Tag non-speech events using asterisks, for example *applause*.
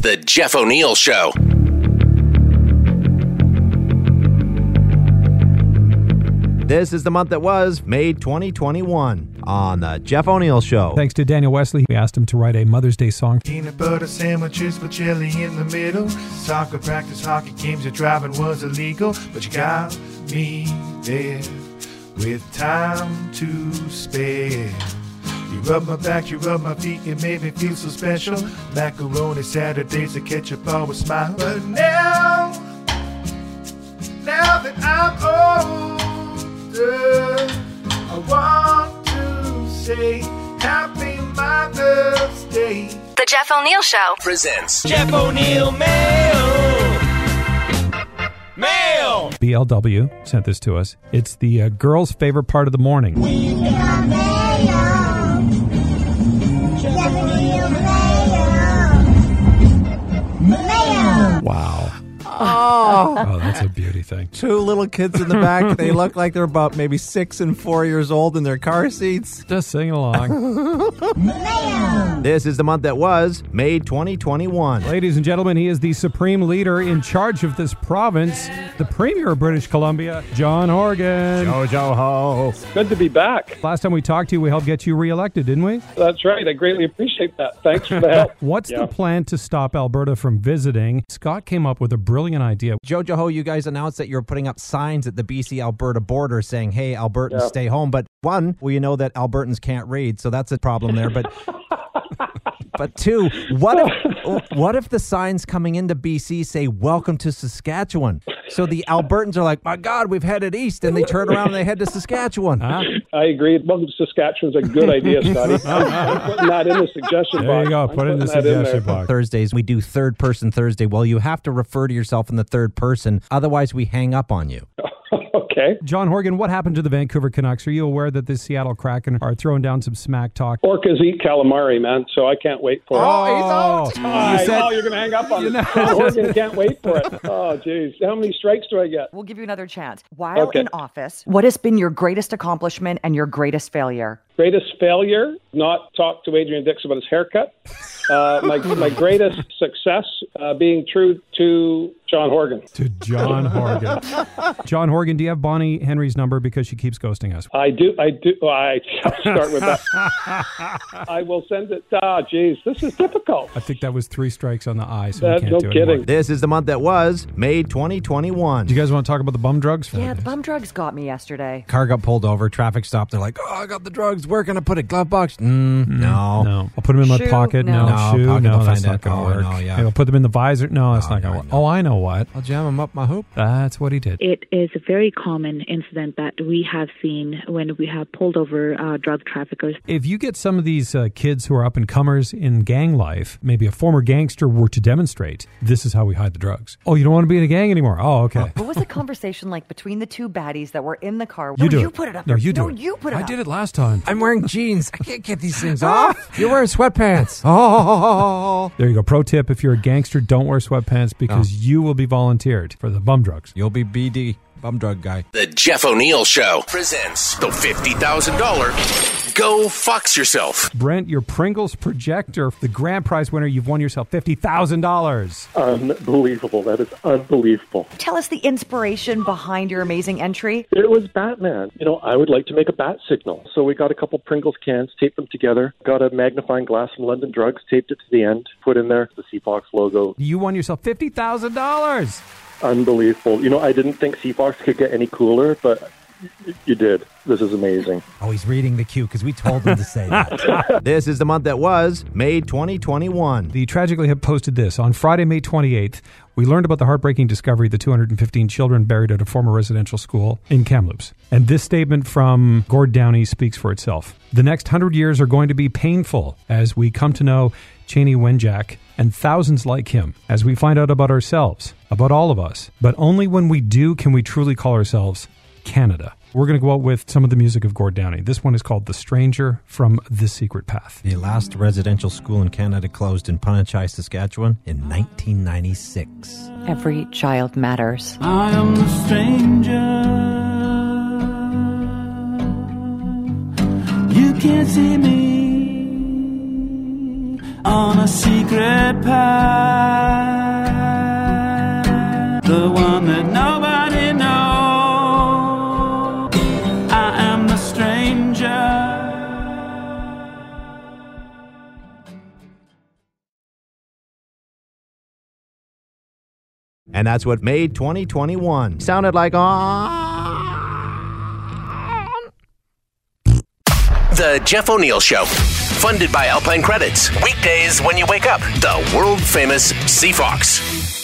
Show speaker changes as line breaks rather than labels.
The Jeff O'Neill Show.
This is the month that was, May 2021, on the Jeff O'Neill Show.
Thanks to Daniel Wesley, we asked him to write a Mother's Day song.
Peanut butter sandwiches with jelly in the middle. Soccer practice, hockey games, and driving was illegal. But you got me there with time to spare. You rub my back, you rub my feet, you made me feel so special. Macaroni Saturdays, the ketchup always smile. But now, now that I'm older, I want to say Happy Mother's Day.
The Jeff O'Neill Show.
Presents
Jeff O'Neill Mail. Mail.
BLW sent this to us. It's the uh, girl's favorite part of the morning. Wow. Oh. that's a beauty thing.
Two little kids in the back. They look like they're about maybe six and four years old in their car seats.
Just singing *laughs* along.
This is the month that was, May 2021.
Ladies and gentlemen, he is the supreme leader in charge of this province, the Premier of British Columbia, John Horgan.
Jojo Ho.
Good to be back.
Last time we talked to you, we helped get you reelected, didn't we?
That's right. I greatly appreciate that. Thanks for the
*laughs*
help.
What's
Yeah.
the plan to stop Alberta from visiting? Scott came up with a brilliant idea.
Jojo Ho, you guys announced that you're putting up signs at the BC Alberta border saying, hey, Albertans,
Yeah.
stay home. But one, we know that Albertans can't read, so that's a problem there. But. But two, what if what if the signs coming into BC say "Welcome to Saskatchewan"? So the Albertans are like, "My God, we've headed east," and they turn around and they head to Saskatchewan.
Huh?
I agree. Welcome to Saskatchewan's a good
*laughs*
idea, Scotty. I'm putting that in the suggestion
There
box.
you go.
I'm
Put it in the
putting that
suggestion
there.
box.
Thursdays, we do third person Thursday. Well, you have to refer to yourself in the third person, otherwise, we hang up on you.
Okay.
John Horgan, what happened to the Vancouver Canucks? Are you aware that the Seattle Kraken are throwing down some smack talk?
Orcas eat calamari, man. So I can't wait for it.
he's
Hi.
You Oh, said-
oh, you're going to hang up on
You
me. *laughs*
know-
Oh, Orcas can't wait for it. Oh, jeez. How many strikes do I get?
We'll give you another chance. While
Okay.
in office, what has been your greatest accomplishment and your greatest failure?
Greatest failure? Not talk to Adrian Dix about his haircut. Uh, my, my greatest success uh, being true to John Horgan.
To John Horgan. John Horgan, do you have Bonnie Henry's number because she keeps ghosting us?
I do. I do. well, I *laughs* I'll start with that. I will send it. Ah, geez, this is difficult.
I think that was three strikes on the eye, so we
That's
can't
no
do it
kidding.
anymore.
This is the month that was May 2021.
Do you guys want to talk about the bum drugs?
Yeah, the bum drugs got me yesterday.
Car got pulled over, traffic stopped. They're like, oh, I got the drugs. Where can I put it? Glove box? Mm, no.
No, I'll put them in my
Shoe?
pocket. No,
No. No,
shoe.
pocket,
no,
they'll
that's
find
not
it.
going to
Oh,
work.
no, yeah.
I'll put them in the visor. No, that's not
no,
going to work.
no.
Oh, I know what.
I'll jam them up my hoop.
That's what he did.
It is a very common incident that we have seen when we have pulled over uh, drug traffickers.
If you get some of these uh, kids who are up and comers in gang life, maybe a former gangster were to demonstrate, this is how we hide the drugs. Oh, you don't want to be in a gang anymore. Oh, okay.
What was the conversation like between the two baddies that were in the car?
You
no,
do
you
it.
put it up.
No,
there.
you do
No,
it.
you put it
I
up.
did it last time.
I'm wearing jeans. I can't get these *laughs* things off. You're wearing sweatpants. Ah! *laughs* Oh.
There you go. Pro tip if you're a gangster, don't wear sweatpants because you will be volunteered for the bum drugs.
You'll be BD, bum drug guy.
The Jeff O'Neill Show. Presents the $50,000 Go Fox Yourself.
Brent, your Pringles projector, the grand prize winner, you've won yourself $50,000.
Unbelievable. That is unbelievable.
Tell us the inspiration behind your amazing entry.
It was Batman. You know, I would like to make a bat signal. So we got a couple Pringles cans, taped them together, got a magnifying glass from London Drugs, taped it to the end, put in there the Seafox logo.
You won yourself $50,000.
Unbelievable. You know, I didn't think Seafox could get any cooler, but y- y- you did. This is amazing.
Oh, he's reading the cue because we told him to say that. this is the month that was May 2021.
The Tragically Hip posted this on Friday, May 28th. We learned about the heartbreaking discovery of the 215 children buried at a former residential school in Kamloops. And this statement from Gord Downey speaks for itself. The next hundred years are going to be painful as we come to know Cheney Wenjack and thousands like him, as we find out about ourselves, about all of us. But only when we do can we truly call ourselves Canada. We're going to go out with some of the music of Gord Downey. This one is called The Stranger from The Secret Path.
The last residential school in Canada closed in Punachai, Saskatchewan in 1996.
Every child matters.
I am the stranger. You can't see me. on a secret path, the one that nobody knows. I am the stranger.
And that's what made 2021 sounded like on.
The Jeff O'Neill Show. Funded by Alpine Credits. Weekdays when you wake up. The world famous Seafox.